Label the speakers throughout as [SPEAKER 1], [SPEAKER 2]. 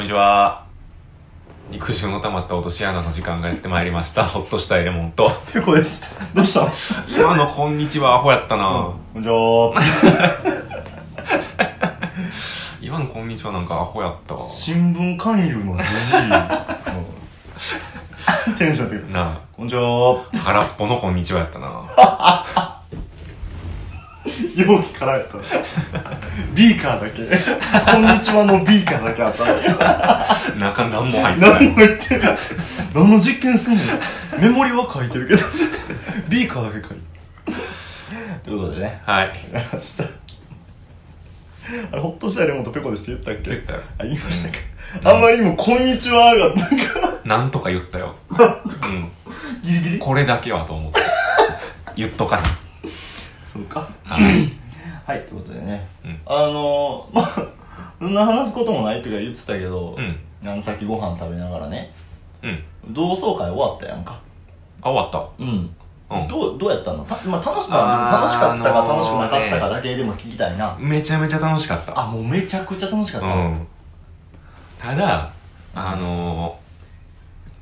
[SPEAKER 1] にちは肉汁の溜まった落とし穴の時間がやってまいりましたほっとしたエレモンと
[SPEAKER 2] ペコです。どうしたの
[SPEAKER 1] 今の「こんにちは」アホやったな、
[SPEAKER 2] こんにちは。
[SPEAKER 1] 今の「こんにちは」なんかアホやったわ
[SPEAKER 2] 新聞勧誘のじじい。うんテンション低い。
[SPEAKER 1] な
[SPEAKER 2] こんにちは。
[SPEAKER 1] あ空っぽの「こんにちは」やった な
[SPEAKER 2] 容器からやった。ビーカーだけ。こんにちはのビーカーだけあった。
[SPEAKER 1] 中何も入ってな
[SPEAKER 2] 何
[SPEAKER 1] い
[SPEAKER 2] も言ってない。何の実験すんのメモリは書いてるけど、ビーカーだけ書いてる。ということでね。
[SPEAKER 1] はい
[SPEAKER 2] わかりました。あれ、ほっとしたらレモンとペコですって言ったっけ
[SPEAKER 1] 言ったよ
[SPEAKER 2] あ、言いましたか。あんまりにも、こんにちはが、なんか、
[SPEAKER 1] なんとか言った よ、う
[SPEAKER 2] ギリギ
[SPEAKER 1] ん、
[SPEAKER 2] リ。
[SPEAKER 1] これだけはと思って言っとかな
[SPEAKER 2] そうか。
[SPEAKER 1] はい
[SPEAKER 2] はい、ってことでね。
[SPEAKER 1] うん
[SPEAKER 2] あのー、まあ、そんな話すこともないとか言ってたけど、
[SPEAKER 1] うん
[SPEAKER 2] あの、さっきご飯食べながらね、
[SPEAKER 1] うん
[SPEAKER 2] 同窓会終わったやんか。
[SPEAKER 1] あ終わっ
[SPEAKER 2] うん。
[SPEAKER 1] たうん
[SPEAKER 2] どう、どうやったのた、まあ、楽しか
[SPEAKER 1] あー
[SPEAKER 2] 楽しかった
[SPEAKER 1] あ
[SPEAKER 2] か
[SPEAKER 1] のー
[SPEAKER 2] 楽しくなかったかだけでも聞きたいな。
[SPEAKER 1] めちゃめちゃ楽しかった
[SPEAKER 2] あ、もうめちゃくちゃ楽しかった。
[SPEAKER 1] うん、ただあの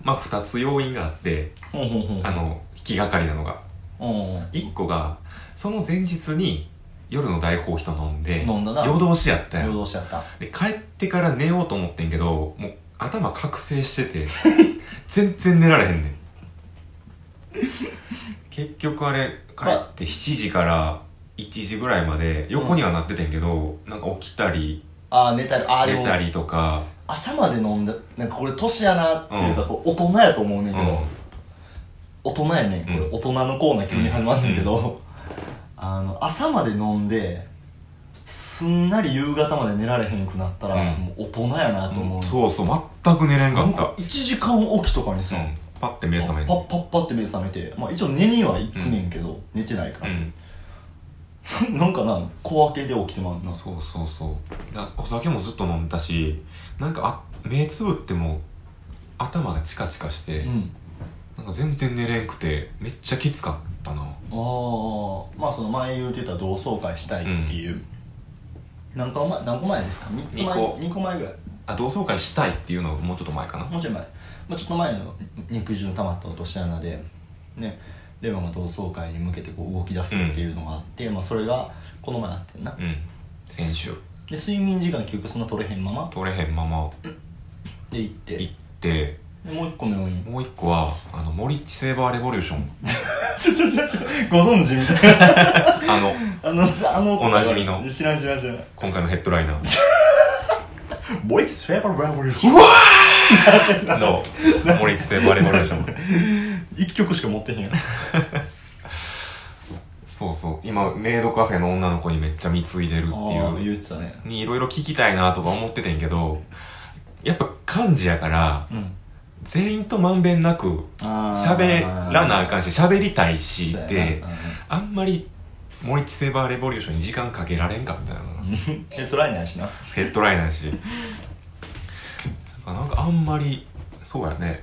[SPEAKER 1] ーまあ2つ要因があって
[SPEAKER 2] うんうんうん
[SPEAKER 1] あの気がかりなのが
[SPEAKER 2] うんうん。
[SPEAKER 1] 1個がその前日に夜の大コーヒーと飲んで
[SPEAKER 2] 飲んだな
[SPEAKER 1] 夜通しやったやん
[SPEAKER 2] 夜通しやった。
[SPEAKER 1] で帰ってから寝ようと思ってんけどもう頭覚醒して て全然寝られへんねん結局あれ帰って7時から1時ぐらいまで横にはなっててんけど、なんか起きたり
[SPEAKER 2] ああ、寝たり、ああ、で
[SPEAKER 1] 寝
[SPEAKER 2] も、
[SPEAKER 1] たりとか
[SPEAKER 2] 朝まで飲んだ、なんかこれ年やなっていうか、
[SPEAKER 1] うん
[SPEAKER 2] こう大人やと思うねんけど、
[SPEAKER 1] うん
[SPEAKER 2] 大人やねん、これ、
[SPEAKER 1] うん
[SPEAKER 2] 大人のコーナー急に始まんねんけど、あの、朝まで飲んで、すんなり夕方まで寝られへんくなったら、
[SPEAKER 1] うん
[SPEAKER 2] もう大人やなと思う。
[SPEAKER 1] そうそう全く寝れんか
[SPEAKER 2] なん
[SPEAKER 1] っ
[SPEAKER 2] か
[SPEAKER 1] た
[SPEAKER 2] 1時間起きとかにさ、
[SPEAKER 1] うんパッて目覚め
[SPEAKER 2] パッパッパって目覚めて、まあ、一応寝には行くねんけど、寝てないか
[SPEAKER 1] う
[SPEAKER 2] ら、
[SPEAKER 1] ん
[SPEAKER 2] なんかな小分けで起きてまうな
[SPEAKER 1] そうそうそうだお酒もずっと飲んだしなんかあ目つぶっても頭がチカチカして、
[SPEAKER 2] うん
[SPEAKER 1] なんか全然寝れんくてめっちゃきつかったな
[SPEAKER 2] ああまあその前言うてた同窓会したいっていう、何個前何個前ですか3つ前
[SPEAKER 1] 二個
[SPEAKER 2] 二個前ぐらい
[SPEAKER 1] あ同窓会したいっていうのはもうちょっと前かな
[SPEAKER 2] もうちょい前、まあ、ちょっと前の肉汁の溜まった落とし穴でねレモンが同窓会に向けてこう動き出すっていうのがあって、まあ、それがこの前あってんな、
[SPEAKER 1] うん先週
[SPEAKER 2] で睡眠時間休憩そんな取れへんまま
[SPEAKER 1] 取れへんまま
[SPEAKER 2] で行って
[SPEAKER 1] 行って
[SPEAKER 2] でもう一個の 要因
[SPEAKER 1] もう一個はあの森っちセーバーレボリュー ション
[SPEAKER 2] ちょちょちょちょご存知みた いな
[SPEAKER 1] あの
[SPEAKER 2] あのあの
[SPEAKER 1] おなじみの
[SPEAKER 2] 知らん知らん知らん
[SPEAKER 1] 今回のヘッドライナ
[SPEAKER 2] ボイスフェーバーレボリューション
[SPEAKER 1] ーの森っちセーバーレボリューション
[SPEAKER 2] 1曲しか持ってへんやん
[SPEAKER 1] そうそう今メイドカフェの女の子にめっちゃ貢いでるって
[SPEAKER 2] ああ
[SPEAKER 1] いう
[SPEAKER 2] 言ってたね
[SPEAKER 1] にいろいろ聞きたいなとか思っててんけどやっぱ漢字やから
[SPEAKER 2] うん
[SPEAKER 1] 全員とまんべんなく喋らなあかんし喋りたいしであんまり森木セーバーレボリューションに時間かけられんかったよな
[SPEAKER 2] ヘッドライナーやしな
[SPEAKER 1] ヘッドライナーやしなんかあんまりそうやね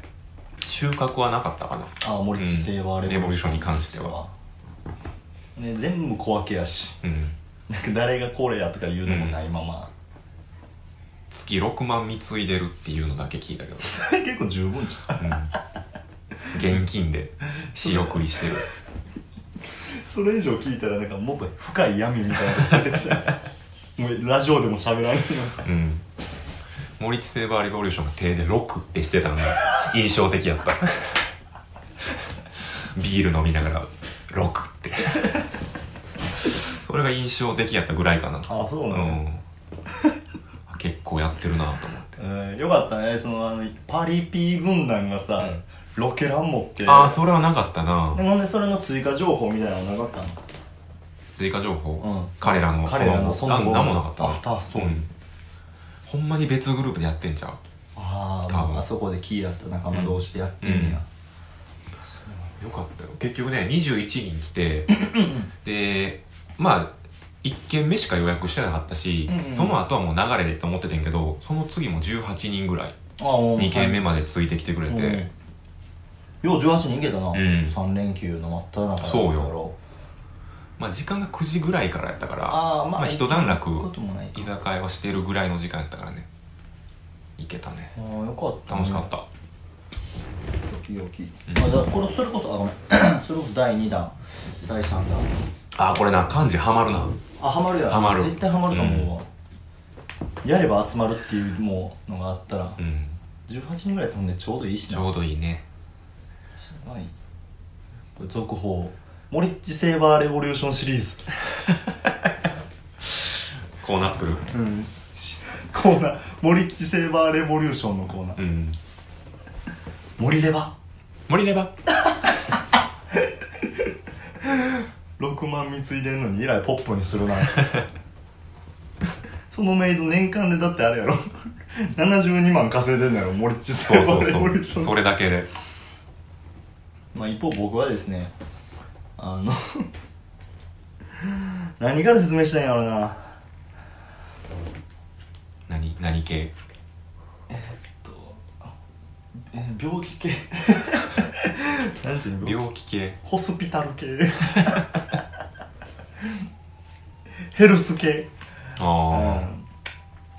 [SPEAKER 1] 収穫はなかったかな
[SPEAKER 2] ああ森
[SPEAKER 1] うん
[SPEAKER 2] 地セーバーレ
[SPEAKER 1] レボ
[SPEAKER 2] ボ
[SPEAKER 1] リュー
[SPEAKER 2] リュー
[SPEAKER 1] シ
[SPEAKER 2] シ
[SPEAKER 1] ョ
[SPEAKER 2] ョ
[SPEAKER 1] ン
[SPEAKER 2] ン
[SPEAKER 1] に関しては
[SPEAKER 2] ね全部小分けやし
[SPEAKER 1] うん
[SPEAKER 2] なんか誰がこれやとか言うのもないまま
[SPEAKER 1] 月6万貢いでるっていうのだけ聞いたけど
[SPEAKER 2] 結構十分じゃん
[SPEAKER 1] うん現金で仕送りしてる
[SPEAKER 2] それ以上聞いたらなんかもっと深い闇みたいなの出てきた もうラジオでも喋らんよ
[SPEAKER 1] うん森地セーバーレボリューションが手で6ってしてたのが印象的や ったビール飲みながら6ってそれが印象的やったぐらいかな
[SPEAKER 2] あそう
[SPEAKER 1] う
[SPEAKER 2] なの、
[SPEAKER 1] ん結構やってるなと思って
[SPEAKER 2] うんよかったねそのあのパリピー軍団がさ、ロケラン持って
[SPEAKER 1] ああそれはなかったな
[SPEAKER 2] でなんでそれの追加情報みたいなのなかっ
[SPEAKER 1] 追加情
[SPEAKER 2] たの
[SPEAKER 1] 報、
[SPEAKER 2] うん
[SPEAKER 1] 彼らの
[SPEAKER 2] 彼らの
[SPEAKER 1] そ
[SPEAKER 2] そ
[SPEAKER 1] の
[SPEAKER 2] の
[SPEAKER 1] 後
[SPEAKER 2] 後
[SPEAKER 1] 何もなかったな
[SPEAKER 2] アフターストーリー
[SPEAKER 1] うんほんまに別グループでやってんちゃう
[SPEAKER 2] あ
[SPEAKER 1] 多分
[SPEAKER 2] ああそこでキーやった仲間同士でやってんねや、
[SPEAKER 1] よかったよ結局ね21人来てでまあ1軒目しか予約してなかったし、
[SPEAKER 2] うんうん
[SPEAKER 1] その後はもう流れでって思っててんけどその次も18人ぐらい
[SPEAKER 2] ああもう
[SPEAKER 1] 2軒目までついてきてくれて、
[SPEAKER 2] よう18人いけたな、
[SPEAKER 1] ん
[SPEAKER 2] 三3連休の真っ只中
[SPEAKER 1] そう
[SPEAKER 2] や
[SPEAKER 1] よまあ時間が9時ぐらいからやったから
[SPEAKER 2] ああまあ
[SPEAKER 1] 一段落
[SPEAKER 2] 行くこともない
[SPEAKER 1] 居酒屋はしてるぐらいの時間やったからねいけたね
[SPEAKER 2] ああよかった、
[SPEAKER 1] 楽しかった、
[SPEAKER 2] ドキドキ、
[SPEAKER 1] ん
[SPEAKER 2] あだこれそれこそあごめん それこそ第2弾第3弾
[SPEAKER 1] あこれな漢字ハマるな
[SPEAKER 2] あハマるやろ
[SPEAKER 1] ハマる
[SPEAKER 2] 絶対ハマると思うわ、やれば集まるっていうもうのがあったら、
[SPEAKER 1] うん
[SPEAKER 2] 18人ぐらい飛んでちょうどいいし
[SPEAKER 1] ち
[SPEAKER 2] な
[SPEAKER 1] ょうどいいね
[SPEAKER 2] すごいこれ続報モリッジセーバーレボリューションシリーズ
[SPEAKER 1] コーナー作る
[SPEAKER 2] うんコーナーモリッジセーバーレボリューションのコーナー
[SPEAKER 1] うん
[SPEAKER 2] モリレバ
[SPEAKER 1] 森レバ
[SPEAKER 2] 6万貢いでんのに以来ポップにするな そのメイド年間でだってあれやろ72万稼いでんのやろモリッチセ
[SPEAKER 1] そう
[SPEAKER 2] ーバ
[SPEAKER 1] そう
[SPEAKER 2] ーレ ボリュ
[SPEAKER 1] そう
[SPEAKER 2] ーション
[SPEAKER 1] それだけで
[SPEAKER 2] まあ一方僕はですねあの 何から説明したいんやろな
[SPEAKER 1] 何何系
[SPEAKER 2] えー病気 系なんていうの
[SPEAKER 1] 病気系
[SPEAKER 2] ホスピタル系 ヘルス系
[SPEAKER 1] あ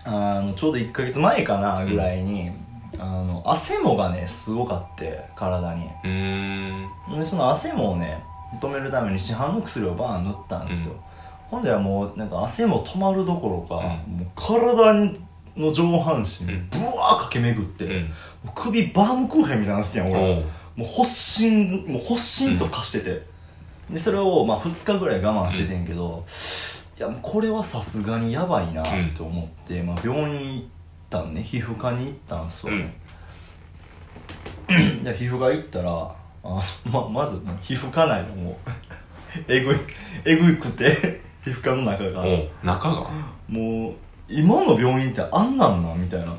[SPEAKER 2] あのちょうど1か月前かなぐらいに、あの汗もがねすごかって体に
[SPEAKER 1] あうーん
[SPEAKER 2] でその汗もをね止めるために市販の薬をバーン塗ったんですよ、
[SPEAKER 1] うん
[SPEAKER 2] ほんではもうなんか汗も止まるどころか、
[SPEAKER 1] う
[SPEAKER 2] もう体の上半身
[SPEAKER 1] うん
[SPEAKER 2] ぶわー駆け巡って、
[SPEAKER 1] うん
[SPEAKER 2] もう首バームクーヘンみたいになってたやん俺、
[SPEAKER 1] おう
[SPEAKER 2] もう発疹もう発疹と化してて、でそれをまあ2日ぐらい我慢しててんけど、いやもうこれはさすがにやばいなと思って、まあ、病院行ったんね皮膚科に行ったんすよね、で皮膚科行ったらあままず皮膚科内のもう えぐいえぐいくて 皮膚科の中が
[SPEAKER 1] おう中が、
[SPEAKER 2] もう今の病院ってあんなんなみたいな
[SPEAKER 1] うん、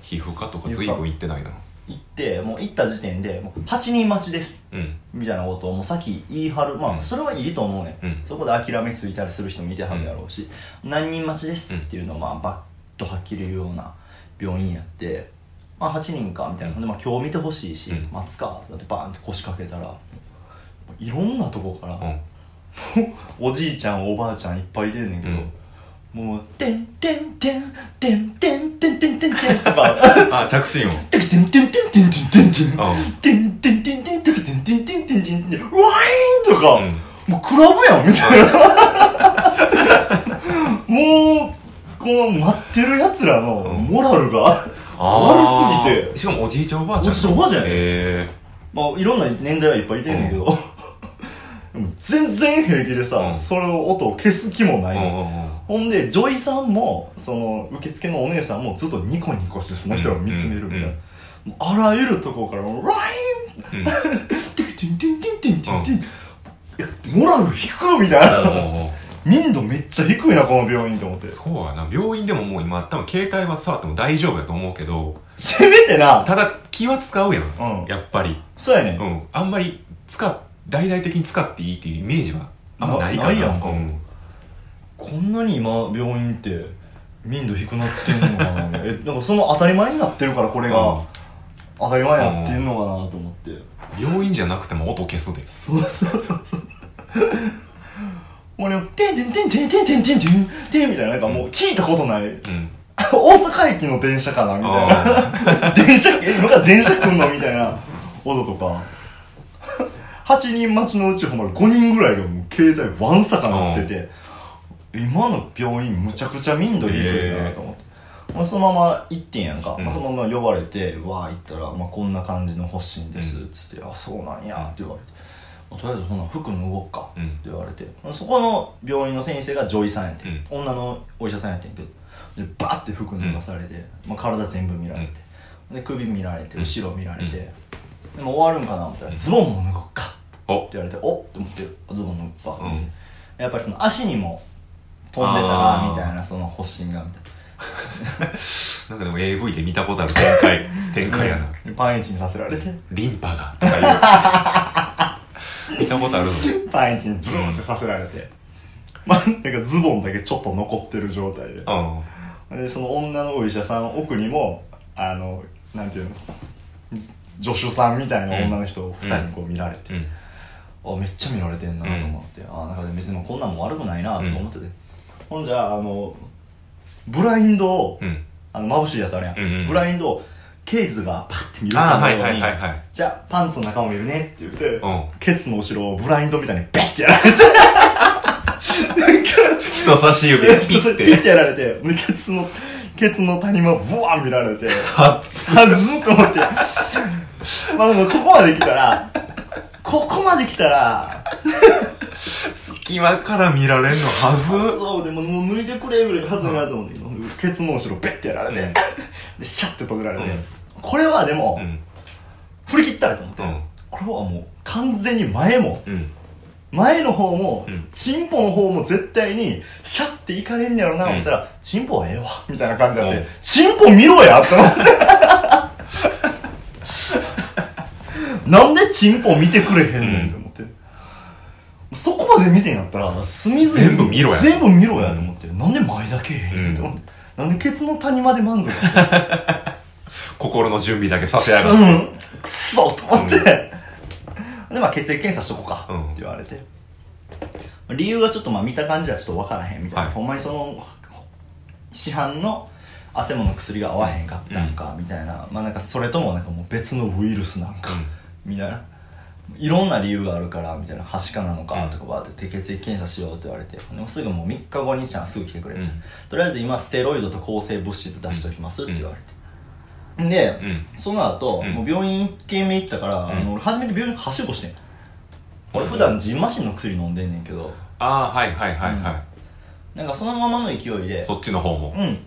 [SPEAKER 1] 皮膚科とか随分行ってないな
[SPEAKER 2] 行ってもう行った時点でもう8人待ちです
[SPEAKER 1] うん
[SPEAKER 2] みたいなことをもうさっき言い張るま
[SPEAKER 1] う
[SPEAKER 2] あ
[SPEAKER 1] ん
[SPEAKER 2] それはいいと思うね、
[SPEAKER 1] うん
[SPEAKER 2] そこで諦めすぎたりする人もいてはるやろうし、何人待ちですっていうのをまあバッとはっきり言うような病院やってまあ8人かみたいなほんでまあ今日見てほしいし、
[SPEAKER 1] うん
[SPEAKER 2] 待つかだってバーンって腰掛けたらいろんなとこから、
[SPEAKER 1] うん
[SPEAKER 2] おじいちゃんおばあちゃんいっぱい出んねんけど、
[SPEAKER 1] うん
[SPEAKER 2] もう「てんてんてんてんてんてんてんてんてん」とか。
[SPEAKER 1] あ着信音
[SPEAKER 2] てんてんてんてんてんてんてんてん
[SPEAKER 1] あ
[SPEAKER 2] てんてんてんてんてんてんてんてんてんてんてんうわーいとか、
[SPEAKER 1] うん
[SPEAKER 2] もうクラブやんみたいなもうこの待ってるやつらのモラルが、
[SPEAKER 1] あー
[SPEAKER 2] 悪すぎて
[SPEAKER 1] しかもおじいちゃんおばあちゃん
[SPEAKER 2] おじいちゃんおばあちゃんやね
[SPEAKER 1] え
[SPEAKER 2] まあいろんな年代はいっぱいいてんねんけど、でも全然平気でさ、
[SPEAKER 1] うん
[SPEAKER 2] それを音を消す気もない
[SPEAKER 1] えー、
[SPEAKER 2] の、
[SPEAKER 1] おうおうおう
[SPEAKER 2] ほんで、ジョイさんも、その、受付のお姉さんもずっとニコニコしてその人を見つめるみたいな。
[SPEAKER 1] うん
[SPEAKER 2] もうあらゆるところから、ライン、
[SPEAKER 1] うん
[SPEAKER 2] テクティンティンティンティンティンティン。いや、モラル低いみたい
[SPEAKER 1] おう
[SPEAKER 2] な。
[SPEAKER 1] おうおう
[SPEAKER 2] 民度めっちゃ低いな、この病院と思って。
[SPEAKER 1] そうやな病院でももう今多分携帯は触っても大丈夫やと思うけど
[SPEAKER 2] せめてな、
[SPEAKER 1] ただ気は使うやん、
[SPEAKER 2] うん
[SPEAKER 1] やっぱり
[SPEAKER 2] そうやねん。
[SPEAKER 1] うんあんまり使っ大々的に使っていいっていうイメージはあんまないから
[SPEAKER 2] なないやんか
[SPEAKER 1] うん、
[SPEAKER 2] こんなに今、病院って、民度低くなってんのかな。え、なんかその当たり前になってるから、これ
[SPEAKER 1] う
[SPEAKER 2] が
[SPEAKER 1] ん。
[SPEAKER 2] 当たり前になってんのかなと思って。
[SPEAKER 1] 病院じゃなくても音消すで
[SPEAKER 2] そうそうそうそう。もうね、てんてんてんてんてんてんてんてんてんみたいな、なんかもう聞いたことない。
[SPEAKER 1] うん
[SPEAKER 2] 大阪駅の電車かなみたいな。 電車、え、今から電車来んのみたいな音とか。8人待ちのうちほんまに5人ぐらいがもう携帯ワンサかなってて、今の病院むちゃくちゃ民度低いなと思って。まあ、そのまま行ってんやんか、
[SPEAKER 1] うん
[SPEAKER 2] まあそのまま呼ばれてわー行ったら、まあ、こんな感じの発疹ですっつって「あそうなんや」って言われて、まあとりあえずほな服脱ごうか」
[SPEAKER 1] う
[SPEAKER 2] って
[SPEAKER 1] ん
[SPEAKER 2] 言われて、まあそこの病院の先生が女医さんやって、
[SPEAKER 1] うん
[SPEAKER 2] 女のお医者さんやってんけどでバーって服脱がされて、まあ、体全部見られて、で首見られて
[SPEAKER 1] うん
[SPEAKER 2] 後ろ見られて、でも終わるんかな思ったら「ズボンも脱ごうか」
[SPEAKER 1] お
[SPEAKER 2] って言われて「おっ!」て思って「ズボン脱ごうか」
[SPEAKER 1] うん
[SPEAKER 2] やっぱりその足にも飛んでたら
[SPEAKER 1] あー
[SPEAKER 2] みたいなその発疹がみたいな。
[SPEAKER 1] なんかでも AV で見たことある展 開展開やな、
[SPEAKER 2] うんパンイチにさせられて
[SPEAKER 1] リンパがとか いう見たことあるぞ
[SPEAKER 2] パンイチにズボンってさせられて、まあなんかズボンだけちょっと残ってる状態で
[SPEAKER 1] うん
[SPEAKER 2] でその女のお医者さん奥にもあのなんていうの助手さんみたいな女の人を二人こう見られて、
[SPEAKER 1] うん
[SPEAKER 2] あめっちゃ見られてんなと思って、あなんか別にこんなんも悪くないなとか思ってて、ほんじゃあのブラインドを
[SPEAKER 1] うん
[SPEAKER 2] あの、眩しいやつあるやん。
[SPEAKER 1] うんうん
[SPEAKER 2] ブラインドを、ケイズがパッて見る
[SPEAKER 1] ああ
[SPEAKER 2] かの
[SPEAKER 1] はい
[SPEAKER 2] よう
[SPEAKER 1] はい
[SPEAKER 2] に、
[SPEAKER 1] はいはい
[SPEAKER 2] じゃあ、パンツの中も見るねって言って、
[SPEAKER 1] うん
[SPEAKER 2] ケツの後ろをブラインドみたいにベッてやられて、なんか、
[SPEAKER 1] 人差し指でピッ
[SPEAKER 2] ピッ
[SPEAKER 1] て
[SPEAKER 2] てやられて、でケツの、ケツの谷間をブワー見られて、
[SPEAKER 1] はっ
[SPEAKER 2] さずっと思って。まあでもここまで来たら、ここまで来たら、
[SPEAKER 1] 隙間から見られんのは
[SPEAKER 2] そうでももう脱いでくれぐらいがはずだなと思って、ケツの後ろベッてやられ
[SPEAKER 1] ず
[SPEAKER 2] て、で、シャッて閉じられて、
[SPEAKER 1] うん
[SPEAKER 2] これはでも、
[SPEAKER 1] うん
[SPEAKER 2] 振り切ったらと思って、
[SPEAKER 1] うん
[SPEAKER 2] これはもう完全に前も、
[SPEAKER 1] うん
[SPEAKER 2] 前の方も、
[SPEAKER 1] うん
[SPEAKER 2] チンポの方も絶対に、シャッていかれんねやろな、思ったら、チンポはええわ、みたいな感じだって、
[SPEAKER 1] うん
[SPEAKER 2] チンポ見ろやと思って。なんでチンポ見てくれへんねんと思って。そこまで見てんやったら、隅々に
[SPEAKER 1] 全部見ろや
[SPEAKER 2] 全部見ろやと思って、なんで前だけええねんと思って。なんでケツの谷まで満足して
[SPEAKER 1] 心の準備だけさせやが
[SPEAKER 2] う
[SPEAKER 1] る
[SPEAKER 2] ん。くそと思って。で、まあ血液検査しとこうか。
[SPEAKER 1] うん
[SPEAKER 2] って言われて。理由がちょっとまあ見た感じはちょっとわからへんみたいな。
[SPEAKER 1] はい
[SPEAKER 2] ほんまにその、市販の汗もの薬が合わへんかったんか、みたいな。まあなんかそれともなんかもう別のウイルスなんか、みたいな。いろんな理由があるから、みたいな。はしかなのか、とかわーって血液検査しようって言われて。でもすぐもう3日後にしたらすぐ来てくれ
[SPEAKER 1] う
[SPEAKER 2] て。
[SPEAKER 1] ん
[SPEAKER 2] とりあえず今ステロイドと抗生物質出しておきますって言われて。で、
[SPEAKER 1] うん
[SPEAKER 2] その後、
[SPEAKER 1] うん
[SPEAKER 2] もう病院1軒目行ったから、
[SPEAKER 1] ん
[SPEAKER 2] あの俺初めて病院はしごしてん俺普段ジンマシンの薬飲んでんねんけど
[SPEAKER 1] ああはいはいはいは
[SPEAKER 2] なんかそのままの勢い
[SPEAKER 1] い
[SPEAKER 2] で
[SPEAKER 1] そっちの方も
[SPEAKER 2] うん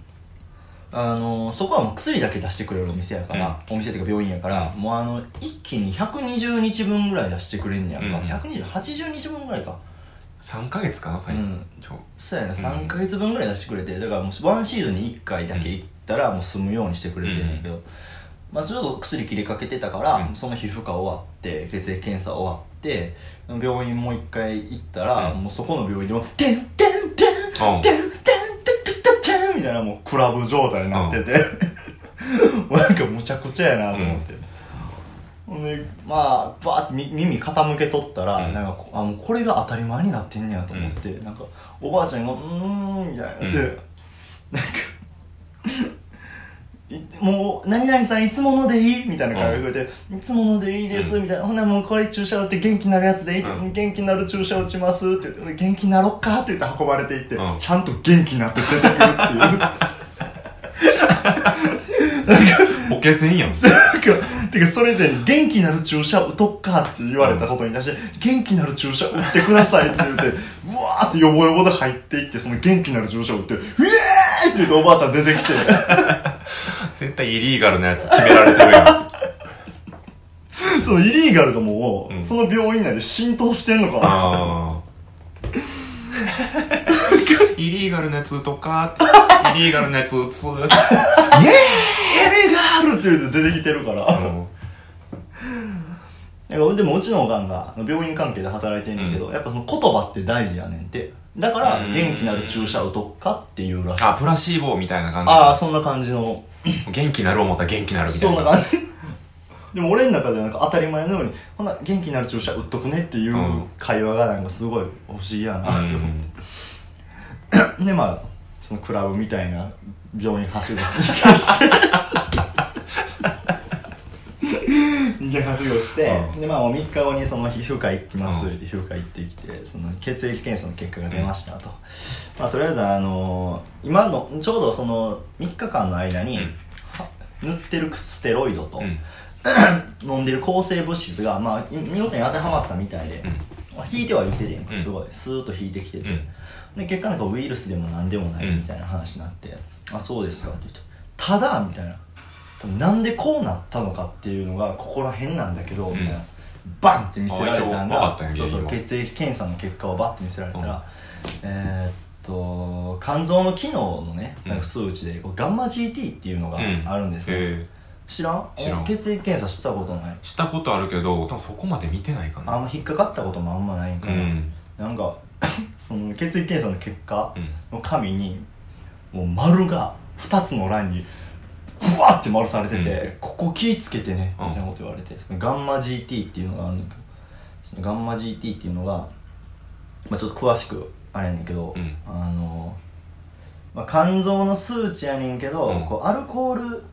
[SPEAKER 2] あのそこはもう薬だけ出してくれるお店やから、お店っていうか病院やから、もうあの一気に120日分ぐらい出してくれんねやんか、
[SPEAKER 1] うん
[SPEAKER 2] 120 80日分ぐらいか
[SPEAKER 1] 3ヶ月かな最
[SPEAKER 2] うん
[SPEAKER 1] ちょ
[SPEAKER 2] そうやな
[SPEAKER 1] うん
[SPEAKER 2] 3ヶ月分ぐらい出してくれてだからもうワンシーズンに1回だけ行ったらもう済むようにしてくれてんねんけど、まあちょっと薬切れかけてたから、
[SPEAKER 1] うん
[SPEAKER 2] その皮膚科終わって血液検査終わって病院もう1回行ったら、
[SPEAKER 1] うん
[SPEAKER 2] もうそこの病院でも「てんてんてんてんてんてんてんて
[SPEAKER 1] う
[SPEAKER 2] ん
[SPEAKER 1] ん
[SPEAKER 2] てんてん」みたいなもうクラブ状態になってて、 もうなんかむちゃくちゃやなと思って。ほんでまあバーってみ耳傾けとったら、
[SPEAKER 1] うん
[SPEAKER 2] なんかこあもうこれが当たり前になってんねやと思って、なんかおばあちゃんが「うーん」みたいなで、
[SPEAKER 1] うん
[SPEAKER 2] なんかいもう「何々さんいつものでいい?」みたいな感じで、いつものでいいです」
[SPEAKER 1] うん
[SPEAKER 2] みたいな「ほなもうこれ注射打って元気になるやつでいい」って、
[SPEAKER 1] うん
[SPEAKER 2] 元気になる注射打ちます」って言って「元気になろっか」って言って運ばれていって、
[SPEAKER 1] うん
[SPEAKER 2] ちゃんと元気になって出てくるっていう。
[SPEAKER 1] ボケせんやん
[SPEAKER 2] なんか、てかそれで元気なる注射打とっかって言われたことに対して、元気なる注射打ってくださいって言って、うわーってヨボヨボで入っていって、その元気なる注射打って、うえーって言っておばあちゃん出てきて、
[SPEAKER 1] 絶対イリーガルなやつ決められてるやん
[SPEAKER 2] そのイリーガルがもう、
[SPEAKER 1] うん
[SPEAKER 2] その病院内で浸透してんのかな。
[SPEAKER 1] あーイリーガルなやつとかってイリーガルなやつ打つ
[SPEAKER 2] イリーガルって言って出てきてるから。
[SPEAKER 1] うん
[SPEAKER 2] なんかでもうちのおかんが病院関係で働いてんねんけど、やっぱその言葉って大事やねんって。だから、
[SPEAKER 1] うん
[SPEAKER 2] 元気なる注射打とっかっていうらしい。
[SPEAKER 1] あプラシーボみたいな感じ
[SPEAKER 2] ああ、そんな感じの。
[SPEAKER 1] 元気なる思ったら元気なるみた
[SPEAKER 2] そ
[SPEAKER 1] い
[SPEAKER 2] ん
[SPEAKER 1] な
[SPEAKER 2] な感じ でも俺の中でなんか当たり前のようにほな元気になる注射打っとくねっていう
[SPEAKER 1] うん
[SPEAKER 2] 会話がなんかすごい不思議やなって思って、でまあそのクラブみたいな病院はしごして逃げはしごして、
[SPEAKER 1] う
[SPEAKER 2] でまあもう3日後にその皮膚科行きます
[SPEAKER 1] うん
[SPEAKER 2] って皮膚科行ってきてその血液検査の結果が出ましたと、まあとりあえずあの今のちょうどその3日間の間に、
[SPEAKER 1] うん
[SPEAKER 2] は塗ってるステロイドと、
[SPEAKER 1] うんうん
[SPEAKER 2] 飲んでる抗生物質が、まあ、い見事に当てはまったみたいで、まあ引いてはいてて
[SPEAKER 1] うん
[SPEAKER 2] すごい、スーッと引いてきてて、
[SPEAKER 1] うん
[SPEAKER 2] で結果なんかウイルスでも何でもないみたいな話になって「あそうですか」って言って「ただ」みたいな多分なんでこうなったのかっていうのがここら辺なんだけど、みたいなバンって見せられたん
[SPEAKER 1] あ一応分か
[SPEAKER 2] が
[SPEAKER 1] ったんや
[SPEAKER 2] そうそう
[SPEAKER 1] 原因は
[SPEAKER 2] 血液検査の結果をバッて見せられたら、
[SPEAKER 1] うん
[SPEAKER 2] えーっと肝臓の機能のね
[SPEAKER 1] うん
[SPEAKER 2] なんか数値でこうガンマ GT っていうのが
[SPEAKER 1] うん
[SPEAKER 2] あるんですけど、
[SPEAKER 1] え
[SPEAKER 2] 知らん
[SPEAKER 1] 知らん
[SPEAKER 2] 血液検査したことない
[SPEAKER 1] ーしたことあるけど多分そこまで見てないか
[SPEAKER 2] あ
[SPEAKER 1] なん
[SPEAKER 2] ま引っかかったこともあんまないん
[SPEAKER 1] う
[SPEAKER 2] かな、
[SPEAKER 1] ん
[SPEAKER 2] なんか その血液検査の結果
[SPEAKER 1] うん
[SPEAKER 2] の紙にもう丸が2つの欄にブワーって丸されてて、
[SPEAKER 1] う
[SPEAKER 2] ここ気ぃつけてねみ
[SPEAKER 1] うん
[SPEAKER 2] たいなこと言われて、そのガンマ GT っていうのがあるんだけどそのガンマ GT っていうのが、まあ、ちょっと詳しくあれやねんけど、
[SPEAKER 1] うん
[SPEAKER 2] あのまあ、肝臓の数値やねんけど、
[SPEAKER 1] うん
[SPEAKER 2] こうアルコール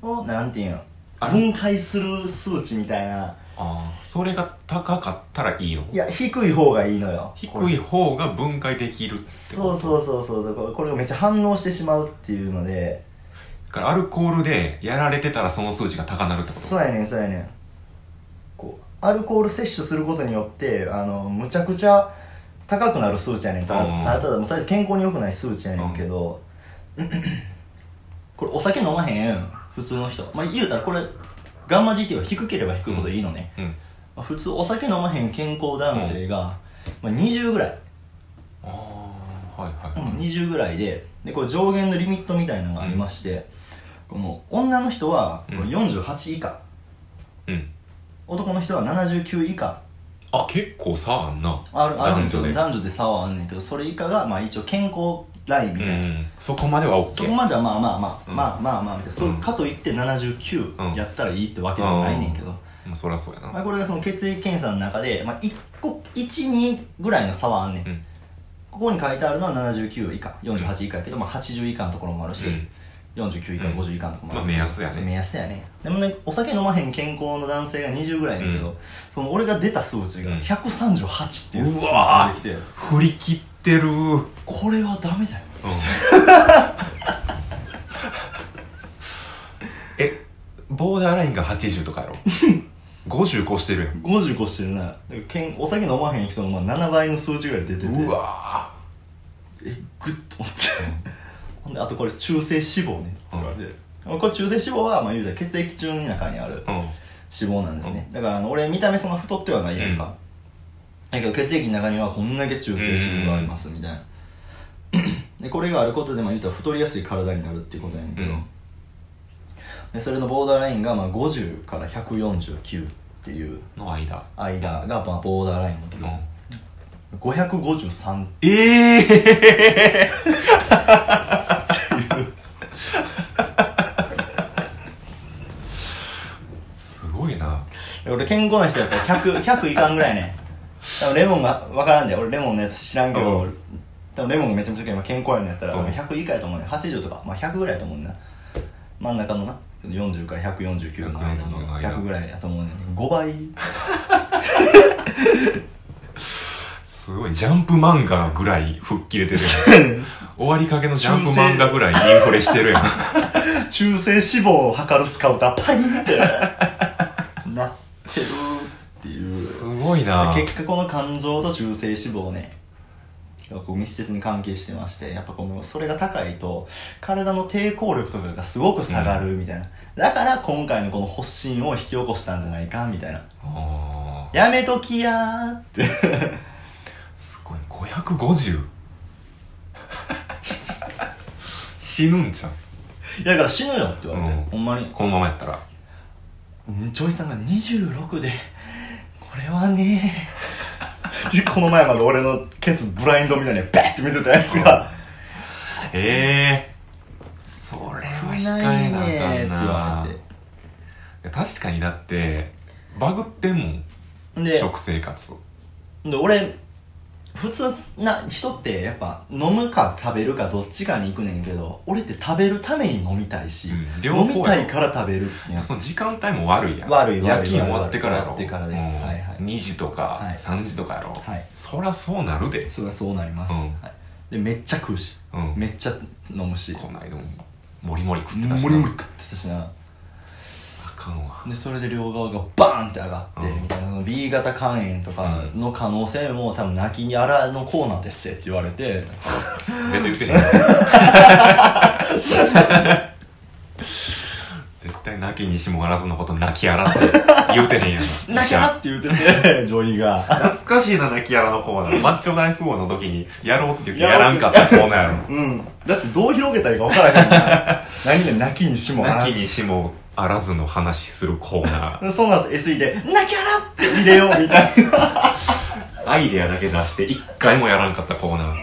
[SPEAKER 2] をなんていうんや
[SPEAKER 1] あ
[SPEAKER 2] 分解する数値みたいな
[SPEAKER 1] ああそれが高かったらいいの
[SPEAKER 2] いや低い方がいいのよ
[SPEAKER 1] 低
[SPEAKER 2] これ
[SPEAKER 1] い方が分解できるってこと
[SPEAKER 2] そうそうそうそうこれこれがめっちゃ反応してしまうっていうので
[SPEAKER 1] だからアルコールでやられてたらその数値が高なるってこと
[SPEAKER 2] そうやねんそうやねんこうアルコール摂取することによってあのむちゃくちゃ高くなる数値やねんただ,、
[SPEAKER 1] うん
[SPEAKER 2] ただもうとりあえず健康に良くない数値やねんけど、これお酒飲まへん普通の人まあ言うたらこれガンマ GT は低ければ低いほどいいのね、
[SPEAKER 1] うん
[SPEAKER 2] まあ普通お酒飲まへん健康男性が、まあ、20ぐらい、
[SPEAKER 1] ああはいはい、はい
[SPEAKER 2] 20ぐらいででこれ上限のリミットみたいなのがありまして、この女の人はこれ
[SPEAKER 1] うん
[SPEAKER 2] 48以下、
[SPEAKER 1] うん
[SPEAKER 2] 男の人は79以下
[SPEAKER 1] あ結構差あんな
[SPEAKER 2] あるあるんですよ
[SPEAKER 1] 男女で
[SPEAKER 2] 男女で差はあんねんけどそれ以下がまあ一応健康ラインみ
[SPEAKER 1] う
[SPEAKER 2] たいな、
[SPEAKER 1] んそこまでは
[SPEAKER 2] そこ
[SPEAKER 1] OK
[SPEAKER 2] まではまあまあまあ、
[SPEAKER 1] うん
[SPEAKER 2] まあまあまあみたいな、そう
[SPEAKER 1] うん
[SPEAKER 2] かといって79やったらいいってわけではないねんけど、
[SPEAKER 1] まあそりゃそうやな、
[SPEAKER 2] まあ、これがその血液検査の中で、まあ、1個12ぐらいの差はあんねん、
[SPEAKER 1] うん
[SPEAKER 2] ここに書いてあるのは79以下48以下やけど、まあ、80以下のところもあるし、
[SPEAKER 1] うん
[SPEAKER 2] 49以下、
[SPEAKER 1] うん
[SPEAKER 2] 50以下のとこもある
[SPEAKER 1] まあ目安やね
[SPEAKER 2] そう目安やねでもねお酒飲まへん健康の男性が20ぐらいやけど、その俺が出た数値
[SPEAKER 1] う
[SPEAKER 2] が
[SPEAKER 1] ん
[SPEAKER 2] 138っていう数値
[SPEAKER 1] うわ
[SPEAKER 2] が
[SPEAKER 1] ー
[SPEAKER 2] できて、
[SPEAKER 1] 振り切ってるうん
[SPEAKER 2] これはダメだよ
[SPEAKER 1] えボーダーラインが80とか やろ50越してるやん
[SPEAKER 2] 55してるなだからけんお酒飲まへん人のまあ7倍の数値ぐらい出てて
[SPEAKER 1] うわ
[SPEAKER 2] えグッと思って ほんであとこれ中性脂肪ねって言われて、これ中性脂肪はまあ言うたら血液中の中にある
[SPEAKER 1] ーうん
[SPEAKER 2] 脂肪なんですね、だからあの俺見た目そんな太ってはないやんか、だけど血液の中にはこんだけ中性脂肪がありますみたいな、 でこれがあることでまあ言うたら太りやすい体になるっていうことやねんけど、
[SPEAKER 1] うん
[SPEAKER 2] でそれのボーダーラインがまあ50から149っていう
[SPEAKER 1] の間
[SPEAKER 2] 間がまあボーダーラインだけ
[SPEAKER 1] う
[SPEAKER 2] ど、
[SPEAKER 1] ん
[SPEAKER 2] 553って
[SPEAKER 1] ええすごいな
[SPEAKER 2] 俺健康な人やった ら100 100いかんぐらいね多分レモンが分からんで俺レモンのやつ知らんけど、
[SPEAKER 1] うん
[SPEAKER 2] 多分レモンがめちゃめちゃ今健康やんのやったら、
[SPEAKER 1] うん
[SPEAKER 2] 100以下やと思うね80とか、まあ、100ぐらいやと思うねんな真ん中のな40から149の間
[SPEAKER 1] 149の
[SPEAKER 2] の
[SPEAKER 1] 間
[SPEAKER 2] 100ぐらいやと思うねん5倍
[SPEAKER 1] すごいジャンプ漫画ぐらい吹っ切れてるやん終わりかけのジャンプ漫画ぐらいインフレしてるやん
[SPEAKER 2] 中性脂肪を測るスカウターパリンって なってるっていう
[SPEAKER 1] すごいな
[SPEAKER 2] 結果この肝臓と中性脂肪ねこう密接に関係してましてやっぱこのそれが高いと体の抵抗力とかがすごく下がるみたいな、だから今回のこの発疹を引き起こしたんじゃないかみたいな
[SPEAKER 1] あー
[SPEAKER 2] やめときやーって
[SPEAKER 1] すごい550死ぬんじゃん
[SPEAKER 2] いやだから死ぬよって言われて、
[SPEAKER 1] うん
[SPEAKER 2] ほんまに
[SPEAKER 1] このままやったら
[SPEAKER 2] うんちょいさんが26でこれはねでこの前まで俺のケツブラインドみたいにバッて見てたやつが
[SPEAKER 1] ええそれ
[SPEAKER 2] 「
[SPEAKER 1] は
[SPEAKER 2] ない
[SPEAKER 1] 控えなあ
[SPEAKER 2] ねーって言
[SPEAKER 1] か
[SPEAKER 2] わ
[SPEAKER 1] んな
[SPEAKER 2] れて
[SPEAKER 1] いや確かにだってバグってんもん
[SPEAKER 2] で
[SPEAKER 1] 食生活
[SPEAKER 2] で俺普通な人ってやっぱ飲むか食べるかどっちかに行くねんけど俺って食べるために飲みたいし、
[SPEAKER 1] うん両方
[SPEAKER 2] 飲
[SPEAKER 1] や
[SPEAKER 2] みたいから食べるってやつ
[SPEAKER 1] その時間帯も悪いやん
[SPEAKER 2] 悪い悪い
[SPEAKER 1] 夜勤終わってからやろ
[SPEAKER 2] 終わってからです
[SPEAKER 1] うん
[SPEAKER 2] はいはい
[SPEAKER 1] 2時とか
[SPEAKER 2] はい
[SPEAKER 1] 3時とかやろ、
[SPEAKER 2] はい
[SPEAKER 1] そらそうなるで、
[SPEAKER 2] それはそうなります、
[SPEAKER 1] うん
[SPEAKER 2] はい、でめっちゃ食うし
[SPEAKER 1] うん、
[SPEAKER 2] めっちゃ飲むし
[SPEAKER 1] こないだももりもり食って
[SPEAKER 2] モ
[SPEAKER 1] たし
[SPEAKER 2] リ
[SPEAKER 1] な
[SPEAKER 2] モリ食ってたしな
[SPEAKER 1] あかんわ
[SPEAKER 2] でそれで両側がバーンって上がって、
[SPEAKER 1] うん
[SPEAKER 2] みたいな B 型肝炎とかの可能性も多分泣きにあらのコーナーですって言われて
[SPEAKER 1] 絶対言 ってへん絶対泣きにしもあらずのこと泣きあらって言うてへんやん
[SPEAKER 2] 泣きなって言うてて 女医が
[SPEAKER 1] 懐かしいな泣きやらのコーナーマッチョ大富豪の時にやろうって言ってやらんかったコーナーやろ
[SPEAKER 2] うん。だってどう広げたらいいか分からへんから。何で泣きにしもあら
[SPEAKER 1] 泣きにしもあらずの話するコーナー
[SPEAKER 2] ず。その後 SE で、泣きあらって入れようみたいな。
[SPEAKER 1] アイデアだけ出して一回もやらんかったコーナー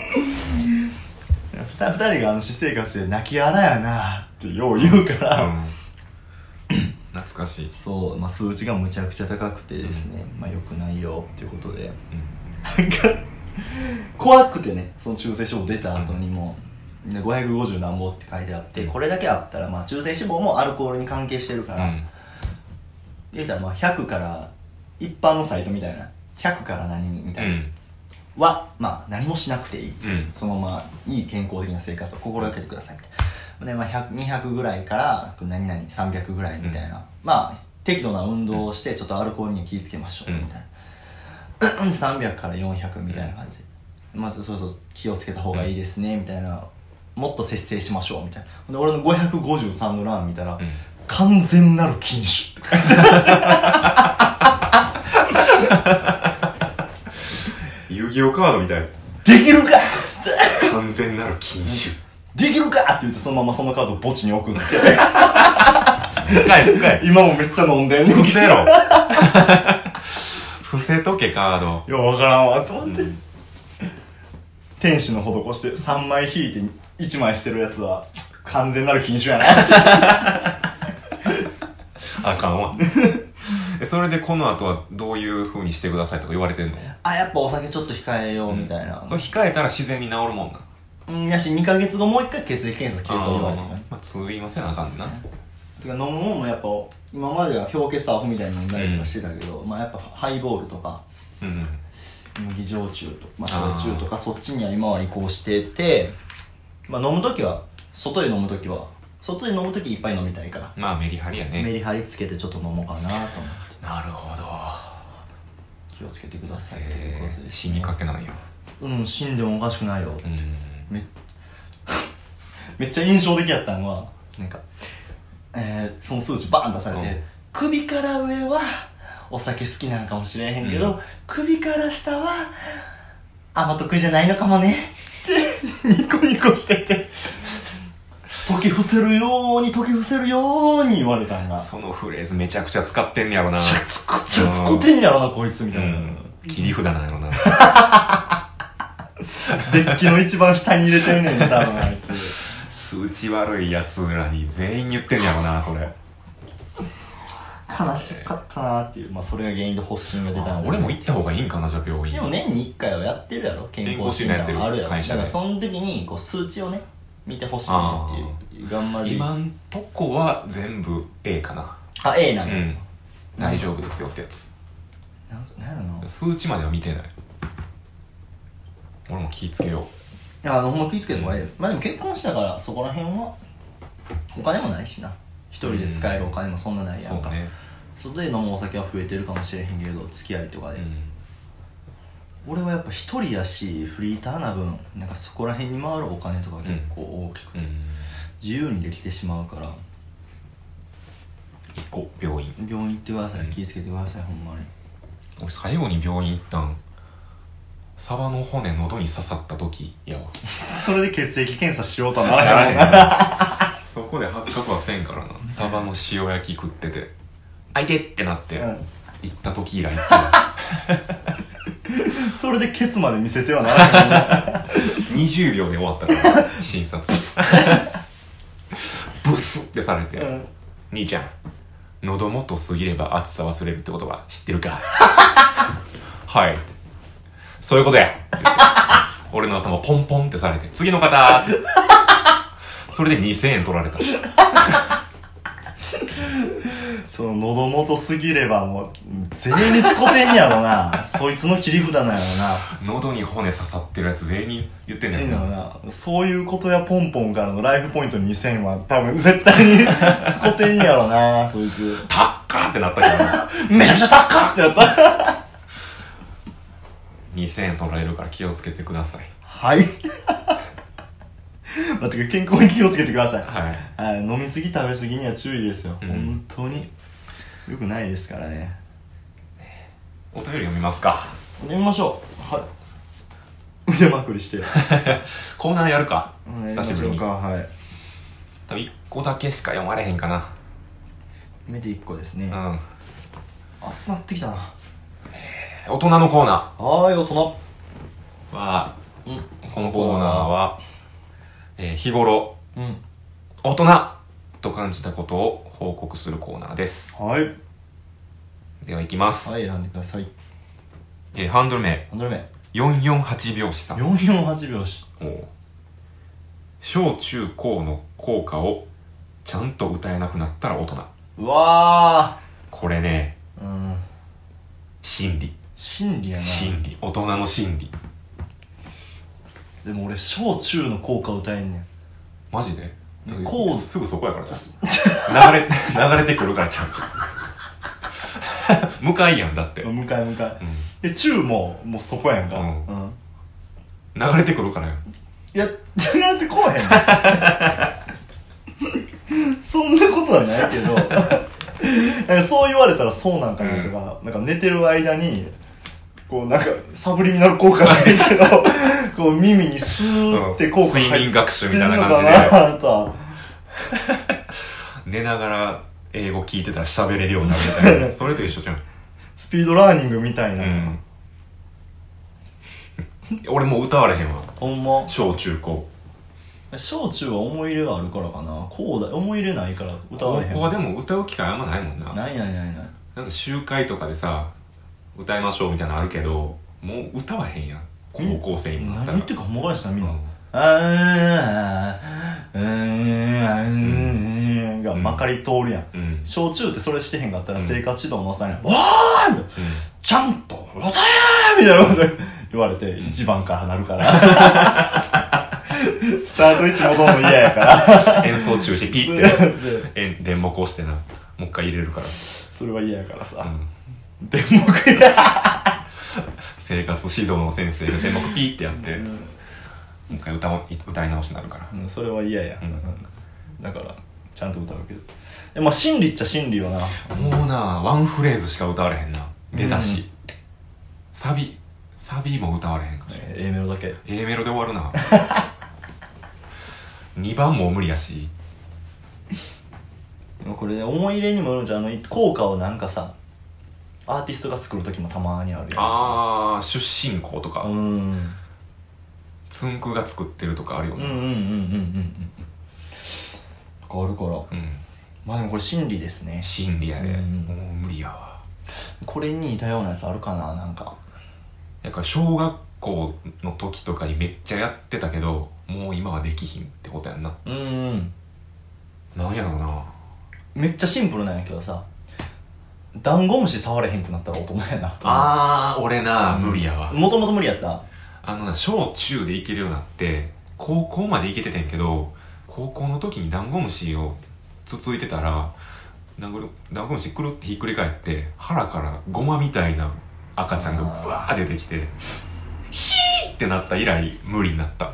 [SPEAKER 2] 二二人があの私生活で泣きあらやなってよう言うから。
[SPEAKER 1] うん、懐かしい、
[SPEAKER 2] そう、まあ数値がむちゃくちゃ高くてですね、まあ良くないよっていうことで。
[SPEAKER 1] うん
[SPEAKER 2] 怖くてね、その中性症出た後にも、で550何本って書いてあってこれだけあったら、まあ、中性脂肪もアルコールに関係してるから、
[SPEAKER 1] うん
[SPEAKER 2] 言うたらまあ100から一般のサイトみたいな100から何みた
[SPEAKER 1] う
[SPEAKER 2] いな、
[SPEAKER 1] ん
[SPEAKER 2] は、まあ、何もしなくていい、
[SPEAKER 1] うん
[SPEAKER 2] そのまあいい健康的な生活を心がけてくださいみたいなで、まあ、100 200ぐらいから何々300ぐらいみたいな、まあ適度な運動をしてちょっとアルコールには気をつけましょうみたいな、300から400みたいな感じ、まあそうそう気をつけた方がいいですねみたいなもっと節制しましょうみたいなで俺の553の欄見たら、
[SPEAKER 1] うん
[SPEAKER 2] 完全なる禁酒って書いて
[SPEAKER 1] 遊戯王カードみたい
[SPEAKER 2] できるかっつって
[SPEAKER 1] 完全なる禁酒
[SPEAKER 2] できるかって言ってそのままそのカードを墓地に置くんですけど
[SPEAKER 1] 使え使え
[SPEAKER 2] 今もめっちゃ飲んでんねん
[SPEAKER 1] 伏
[SPEAKER 2] けど
[SPEAKER 1] せろ 伏せとけカード
[SPEAKER 2] いやわからんわと思って、
[SPEAKER 1] うん
[SPEAKER 2] 天使の施して3枚引いて1枚捨てるやつは完全なる禁酒やな
[SPEAKER 1] あかん わえそれでこの後はどういう風にしてくださいとか言われてんの
[SPEAKER 2] あやっぱお酒ちょっと控えようみたいな
[SPEAKER 1] それ控えたら自然に治るもんな
[SPEAKER 2] うんやし2ヶ月後もう一回血液検査来てると言われてる
[SPEAKER 1] あーまあ通院はせなあかんねんな
[SPEAKER 2] てか飲むもんもやっぱ今までは氷結とアホみたいに飲んだりとかしてたけど、まあやっぱハイボールとか
[SPEAKER 1] うん
[SPEAKER 2] 麦焼酎とか、まあ、焼酎とかそっちには今は移行しててまあ飲む時は外で飲む時は外で飲む時いっぱい飲みたいから
[SPEAKER 1] まあメリハリやね
[SPEAKER 2] メリハリつけてちょっと飲もうかなと思って
[SPEAKER 1] なるほど
[SPEAKER 2] 気をつけてくださいというこ
[SPEAKER 1] え
[SPEAKER 2] と
[SPEAKER 1] ー
[SPEAKER 2] で
[SPEAKER 1] 死にかけないよ
[SPEAKER 2] うん死んでもおかしくないよ、
[SPEAKER 1] うん
[SPEAKER 2] め めっちゃ印象的やったのはなんか、えーその数値バーン出されて、
[SPEAKER 1] うん
[SPEAKER 2] 首から上はお酒好きなんかもしれへんけど、
[SPEAKER 1] うん
[SPEAKER 2] 首から下は甘得意じゃないのかもねって ニコニコして て解き伏せるように解き伏せるように言われたんが
[SPEAKER 1] そのフレーズめちゃくちゃ使ってんねやろな
[SPEAKER 2] ちゃつこちゃつこてんやろなこいつみ
[SPEAKER 1] う
[SPEAKER 2] たいな、
[SPEAKER 1] ん切り札なんやろな
[SPEAKER 2] デッキの一番下に入れてんねん多分あいつ
[SPEAKER 1] 数値悪いやつらに全員言ってんやろなそれ
[SPEAKER 2] 悲しかったなっていうまあそれが原因で発疹が出たんで
[SPEAKER 1] 俺も行った方がいいんかなじゃあ病院
[SPEAKER 2] でも年に1回はやってるやろ健康診断はあるや
[SPEAKER 1] 健康診断やってる
[SPEAKER 2] ろだから
[SPEAKER 1] 会社で
[SPEAKER 2] その時にこう数値をね見てほしいなっていうガンマで
[SPEAKER 1] 今んとこは全部 A かな
[SPEAKER 2] あ A な
[SPEAKER 1] うん
[SPEAKER 2] や、
[SPEAKER 1] ん大丈夫ですよってやつ
[SPEAKER 2] なんかなんやろな
[SPEAKER 1] 数値までは見てない俺も気ぃつけよ
[SPEAKER 2] いやあのほんま気ぃつけた方がいいよまあでも結婚したからそこら辺はお金もないしな一人で使えるお金もそんなな
[SPEAKER 1] う
[SPEAKER 2] いや
[SPEAKER 1] そうん
[SPEAKER 2] か、
[SPEAKER 1] ね
[SPEAKER 2] 外で飲むお酒は増えてるかもしれへんけど付き合いとか
[SPEAKER 1] う
[SPEAKER 2] で、
[SPEAKER 1] ん
[SPEAKER 2] 俺はやっぱ一人やしフリーターな分なんかそこら辺に回るお金とか結構大きくて、
[SPEAKER 1] うん
[SPEAKER 2] 自由にできてしまうから
[SPEAKER 1] 行こう病院
[SPEAKER 2] 病院行ってください、
[SPEAKER 1] うん
[SPEAKER 2] 気をつけてくださいほんまに
[SPEAKER 1] 俺最後に病院行ったんサバの骨喉に刺さった時やわ
[SPEAKER 2] それで血液検査しようとは
[SPEAKER 1] そこで発覚は せんからなサバの塩焼き食ってて「あいて!」ってなって、行った時以来行ってない
[SPEAKER 2] それでケツまで見せてはならへんな
[SPEAKER 1] 20秒で終わったから診察ブスってされて、
[SPEAKER 2] うん
[SPEAKER 1] 兄ちゃん喉元過ぎれば暑さ忘れるってことは知ってるか はいそういうことや って言って俺の頭ポンポンってされて次の方 ってそれで2000円取られた
[SPEAKER 2] その喉元すぎればもう全員につこてんやろなそいつの切り札なんやろな
[SPEAKER 1] 喉に骨刺さってるやつ全員に言ってん
[SPEAKER 2] っ
[SPEAKER 1] ね
[SPEAKER 2] て
[SPEAKER 1] ん
[SPEAKER 2] ん
[SPEAKER 1] な
[SPEAKER 2] やろなそういうことやポンポンからのライフポイント2000は多分絶対 につこてんやろなそいつ
[SPEAKER 1] タッカーってなったけどな
[SPEAKER 2] めちゃくちゃ高っってやった
[SPEAKER 1] 2000円取られるから気をつけてください
[SPEAKER 2] はいまあ、てか健康に気をつけてください
[SPEAKER 1] はい
[SPEAKER 2] はい、飲みすぎ食べすぎには注意ですよ、
[SPEAKER 1] うん
[SPEAKER 2] 本当によくないですからね
[SPEAKER 1] お便り読みますか
[SPEAKER 2] 飲みましょうはい腕まくり して
[SPEAKER 1] コーナーやるか
[SPEAKER 2] うん
[SPEAKER 1] 久しぶり
[SPEAKER 2] 飲みま
[SPEAKER 1] に
[SPEAKER 2] しょうかはい
[SPEAKER 1] 多分1個だけしか読まれへんかな
[SPEAKER 2] 目で1個ですね、
[SPEAKER 1] うん
[SPEAKER 2] 集まってきたな
[SPEAKER 1] 大人のコーナ
[SPEAKER 2] はーい大人
[SPEAKER 1] ーは
[SPEAKER 2] うん
[SPEAKER 1] このコーナーは、えー日頃
[SPEAKER 2] うん
[SPEAKER 1] 大人と感じたことを報告するコーナーです
[SPEAKER 2] はい
[SPEAKER 1] では行きます、
[SPEAKER 2] はい選んでください
[SPEAKER 1] えーハンドル名
[SPEAKER 2] 何度目
[SPEAKER 1] 448拍子さん
[SPEAKER 2] 448拍子
[SPEAKER 1] おう小中高の効果をちゃんと歌えなくなったら大人
[SPEAKER 2] うわ
[SPEAKER 1] これね
[SPEAKER 2] ーうん
[SPEAKER 1] 心理
[SPEAKER 2] 心理やな
[SPEAKER 1] 心理大人の心理
[SPEAKER 2] でも俺小中の効果歌えんねん
[SPEAKER 1] マジで
[SPEAKER 2] こう
[SPEAKER 1] すぐそこやからゃん流れ流れてくるからちゃん 向かいやんだって、うん、
[SPEAKER 2] 向かい向かいで中ももうそこやんか
[SPEAKER 1] うん
[SPEAKER 2] うん
[SPEAKER 1] 流れてくるからよ
[SPEAKER 2] いや、手なんてこうへん。 そんなことはないけど、なんか そう言われたらそうなんかなとか、なんか寝てる間に、こうなんかサブリミナル効果じゃないけど、こう耳にスーって効果入
[SPEAKER 1] 睡眠
[SPEAKER 2] っ
[SPEAKER 1] 学習
[SPEAKER 2] て
[SPEAKER 1] み
[SPEAKER 2] ん
[SPEAKER 1] たいな感
[SPEAKER 2] のか
[SPEAKER 1] じで
[SPEAKER 2] な とは。
[SPEAKER 1] 寝ながら英語聞いてたら喋れるようになるみたい なそれと一緒じゃん
[SPEAKER 2] スピードラーニングみたいな。
[SPEAKER 1] うん俺もう歌われへんわ
[SPEAKER 2] ほんま。
[SPEAKER 1] 小中高
[SPEAKER 2] 小中は思い入れがあるからかな。こうだ、思い入れないから歌
[SPEAKER 1] 高
[SPEAKER 2] われへん。
[SPEAKER 1] 校はでも歌う機会あんまないもんな
[SPEAKER 2] ないないないない。
[SPEAKER 1] なんか集会とかでさ歌いましょうみたいなのあるけどもう歌わへんやん高校生にもな
[SPEAKER 2] 何
[SPEAKER 1] ったら
[SPEAKER 2] 言ってるかほんまかいしな、みんな。
[SPEAKER 1] う
[SPEAKER 2] あーうんがまかり通るやん。
[SPEAKER 1] んうん
[SPEAKER 2] 小中ってそれしてへんかったら
[SPEAKER 1] うん
[SPEAKER 2] 生活指導のおっさんに、おーいちゃんと歌えみたいなこと 言われて、
[SPEAKER 1] ん
[SPEAKER 2] 一番から離 るから。スタート位置戻るの嫌やか ら。
[SPEAKER 1] 演奏中止ピッてえ電目押してなもう一回入れるから、
[SPEAKER 2] それは嫌やから
[SPEAKER 1] う。
[SPEAKER 2] さ
[SPEAKER 1] ん、
[SPEAKER 2] でも僕や。
[SPEAKER 1] 生活指導の先生が電目ピッてやって、もう一回歌も歌い直しになるから
[SPEAKER 2] うんそれは嫌や
[SPEAKER 1] う。ん
[SPEAKER 2] だから、ちゃんと歌うけど。えまあ、心理っちゃ心理よな。
[SPEAKER 1] もうなワンフレーズしか歌われへんな出だし、サビサビも歌われへんかもしれん、
[SPEAKER 2] A メロだけ。
[SPEAKER 1] A メロで終わる な2番も無理やし
[SPEAKER 2] でもこれ思い入れにもよるんじゃんあの効果をなんかさアーティストが作る時もたまにあるやん
[SPEAKER 1] ああ出身校とか、
[SPEAKER 2] うんうんうん
[SPEAKER 1] つんくが作ってるとかあるよ
[SPEAKER 2] うんうん
[SPEAKER 1] ね
[SPEAKER 2] うんうんうんとかあるから
[SPEAKER 1] うん、
[SPEAKER 2] まあでもこれ心理ですね
[SPEAKER 1] 心理やで、
[SPEAKER 2] うん
[SPEAKER 1] もう無理やわ
[SPEAKER 2] これに似たようなやつあるかななんか
[SPEAKER 1] だから小学校の時とかにめっちゃやってたけどもう今はできひんってことやんな
[SPEAKER 2] うんうん
[SPEAKER 1] なんやろな
[SPEAKER 2] めっちゃシンプルなんやけどさダンゴムシ触れへんくなったら大人やな
[SPEAKER 1] あー俺な無理やわ
[SPEAKER 2] もともと無理やった
[SPEAKER 1] あのな小中でいけるようになって高校までいけててんけど高校の時にダンゴムシをつついてたらダンゴダンゴムシくるってひっくり返って腹からゴマみたいな赤ちゃんがブワー出てきてヒーってなった以来無理になった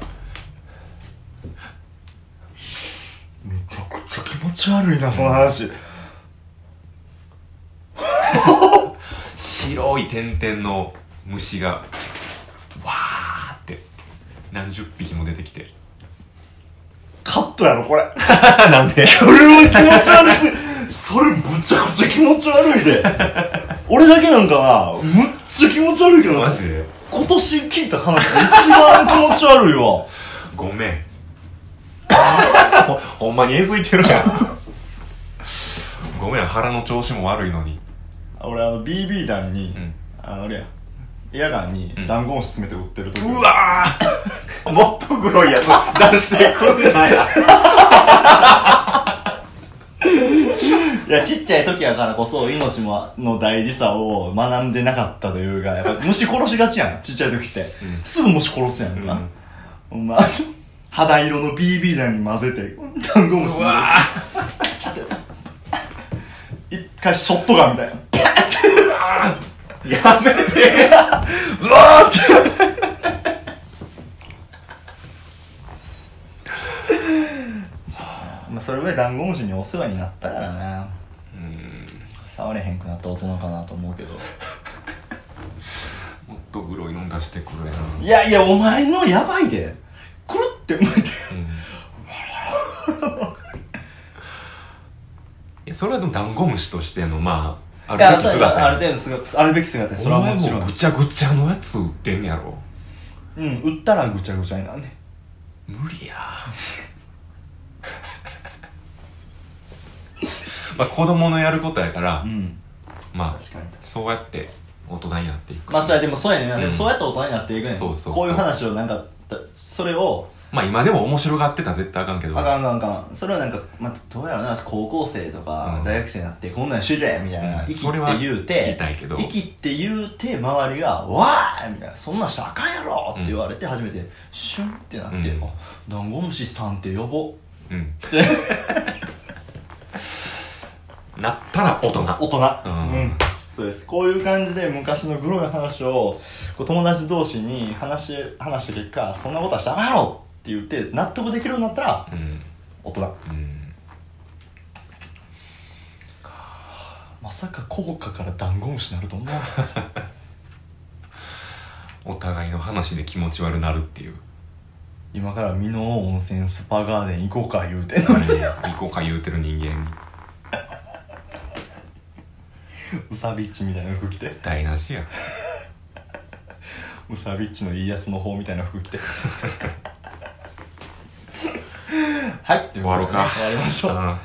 [SPEAKER 2] めちゃくちゃ
[SPEAKER 3] 気持ち悪いな、その話。
[SPEAKER 1] 白い点々の虫がわーって何十匹も出てきて
[SPEAKER 3] カットやろ、これ。こ
[SPEAKER 1] なんで
[SPEAKER 3] れは気持ち悪いす。それ、むちゃくちゃ気持ち悪いで。俺だけなんかな、むっちゃ気持ち悪いけど、
[SPEAKER 1] マジで
[SPEAKER 3] 今年聞いた話で一番気持ち悪い わ。
[SPEAKER 1] ごめんほほんまにえずいてるやんごめん腹の調子も悪いのに
[SPEAKER 2] 俺あの BB 弾に、
[SPEAKER 1] ん
[SPEAKER 2] あのあれやエアガンに
[SPEAKER 1] ん
[SPEAKER 2] ダンゴムシ詰めて撃ってる時、
[SPEAKER 1] うわー もっと黒いやつ出してくんなや
[SPEAKER 2] いや、ちっちゃい時やからこそ、命もの大事さを学んでなかったというか、やっぱ虫殺しがちやん、ちっちゃい時って。すぐ虫殺すやんか。
[SPEAKER 1] うん
[SPEAKER 2] ほんま、
[SPEAKER 3] 肌色の BB 弾に混ぜて、ダンゴムシ
[SPEAKER 1] うわ
[SPEAKER 3] 一回ショットガンみたいな。
[SPEAKER 1] ーやめて
[SPEAKER 3] うわーって。
[SPEAKER 2] まあ、それぐらいダンゴムシにお世話になったからな。
[SPEAKER 1] うん
[SPEAKER 2] 触れへんくなった大人かなと思うけど。
[SPEAKER 1] もっと黒いの出してくるやな、
[SPEAKER 2] いやいや、お前のやばいで。くるって向いて。
[SPEAKER 1] うんいやそれはでもダンゴムシとしてのまああ
[SPEAKER 2] いや、
[SPEAKER 1] るべき
[SPEAKER 2] そう
[SPEAKER 1] 姿
[SPEAKER 2] や
[SPEAKER 1] や
[SPEAKER 2] ある程度姿、あるべき姿やそれは
[SPEAKER 1] お前
[SPEAKER 2] もちろ
[SPEAKER 1] も
[SPEAKER 2] ん
[SPEAKER 1] ぐ。ちゃぐちゃのやつ売ってんねやろ
[SPEAKER 2] うん、売ったらぐちゃぐちゃになんね。
[SPEAKER 1] 無理や まあ子供のやることやから、
[SPEAKER 2] うん。
[SPEAKER 1] ま
[SPEAKER 2] 確かに。
[SPEAKER 1] あそうやって大人になっていく
[SPEAKER 2] まあそうやでもそうやねんな、
[SPEAKER 1] うん
[SPEAKER 2] でもそうやって大人になっていくねん
[SPEAKER 1] そうそうそう
[SPEAKER 2] こういう話をなんかたそれを
[SPEAKER 1] まあ今でも面白がってたら絶対あかんけど
[SPEAKER 2] あかんあかんあかんそれはなんか、まあ、どうやろうな高校生とか
[SPEAKER 1] うん
[SPEAKER 2] 大学生になってこんなんしてたやんみたいな、
[SPEAKER 1] うん
[SPEAKER 2] 息
[SPEAKER 1] それは
[SPEAKER 2] って言う
[SPEAKER 1] 言
[SPEAKER 2] て
[SPEAKER 1] いたいけど
[SPEAKER 2] 息って言うて周りが「わー!」みたいな「そんなんしたらあかんやろ!」って言われて初めてシュンってなって
[SPEAKER 1] うん
[SPEAKER 2] あ「ダンゴムシさんって呼ぼ
[SPEAKER 1] うん なったら大人
[SPEAKER 2] 大人」
[SPEAKER 1] うん
[SPEAKER 2] そうですこういう感じで昔のグロい話をこう友達同士に話し話した結果「そんなことはしたらあかんやろ!」って言って納得できるようになったら
[SPEAKER 1] うん
[SPEAKER 2] 大人
[SPEAKER 1] うん
[SPEAKER 2] まさか効果からダンゴムシになると思う
[SPEAKER 1] お互いの話で気持ち悪なるっていう
[SPEAKER 2] 今から美濃温泉スパガーデン行こうか言うてん のに
[SPEAKER 1] 行こうか言うてる人間に
[SPEAKER 2] ウサビッチみたいな服着て
[SPEAKER 1] 台無しや
[SPEAKER 2] ウサビッチのいいやつの方みたいな服 着てはい終
[SPEAKER 1] 終わろうか
[SPEAKER 2] 終わりまし
[SPEAKER 1] う
[SPEAKER 2] ょうん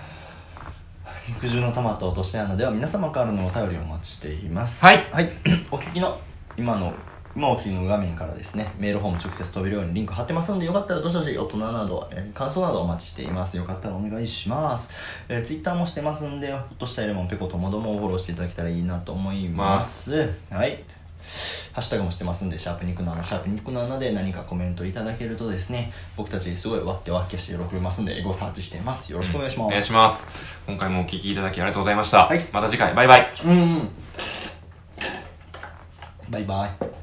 [SPEAKER 2] 肉汁の玉と落とし穴では皆様からのお便りをお待ちしてい ます
[SPEAKER 1] はい
[SPEAKER 2] お聞きの今の今お聞きの画面からですねメールフォーム直接飛べるようにリンク貼ってますのでよかったらどしどし大人など、えー感想などお待ちしていますよかったらお願いします、えー、ツイッターもしてますんでほっとしたエレモンペコともどもをフォローしていただけたらいいなと思います、はいハッシュタグもしてますんで、シャープ肉の穴、シャープ肉の穴で何かコメントいただけるとですね、僕たちすごいわってわっきゃして喜びますんで、エゴサーチしてます。よろしくお願いしま
[SPEAKER 1] お
[SPEAKER 2] す。
[SPEAKER 1] 願いします今回もお聞きいただきありがとうございました、
[SPEAKER 2] はい
[SPEAKER 1] また次回バイバイ
[SPEAKER 2] うん。バイバイ。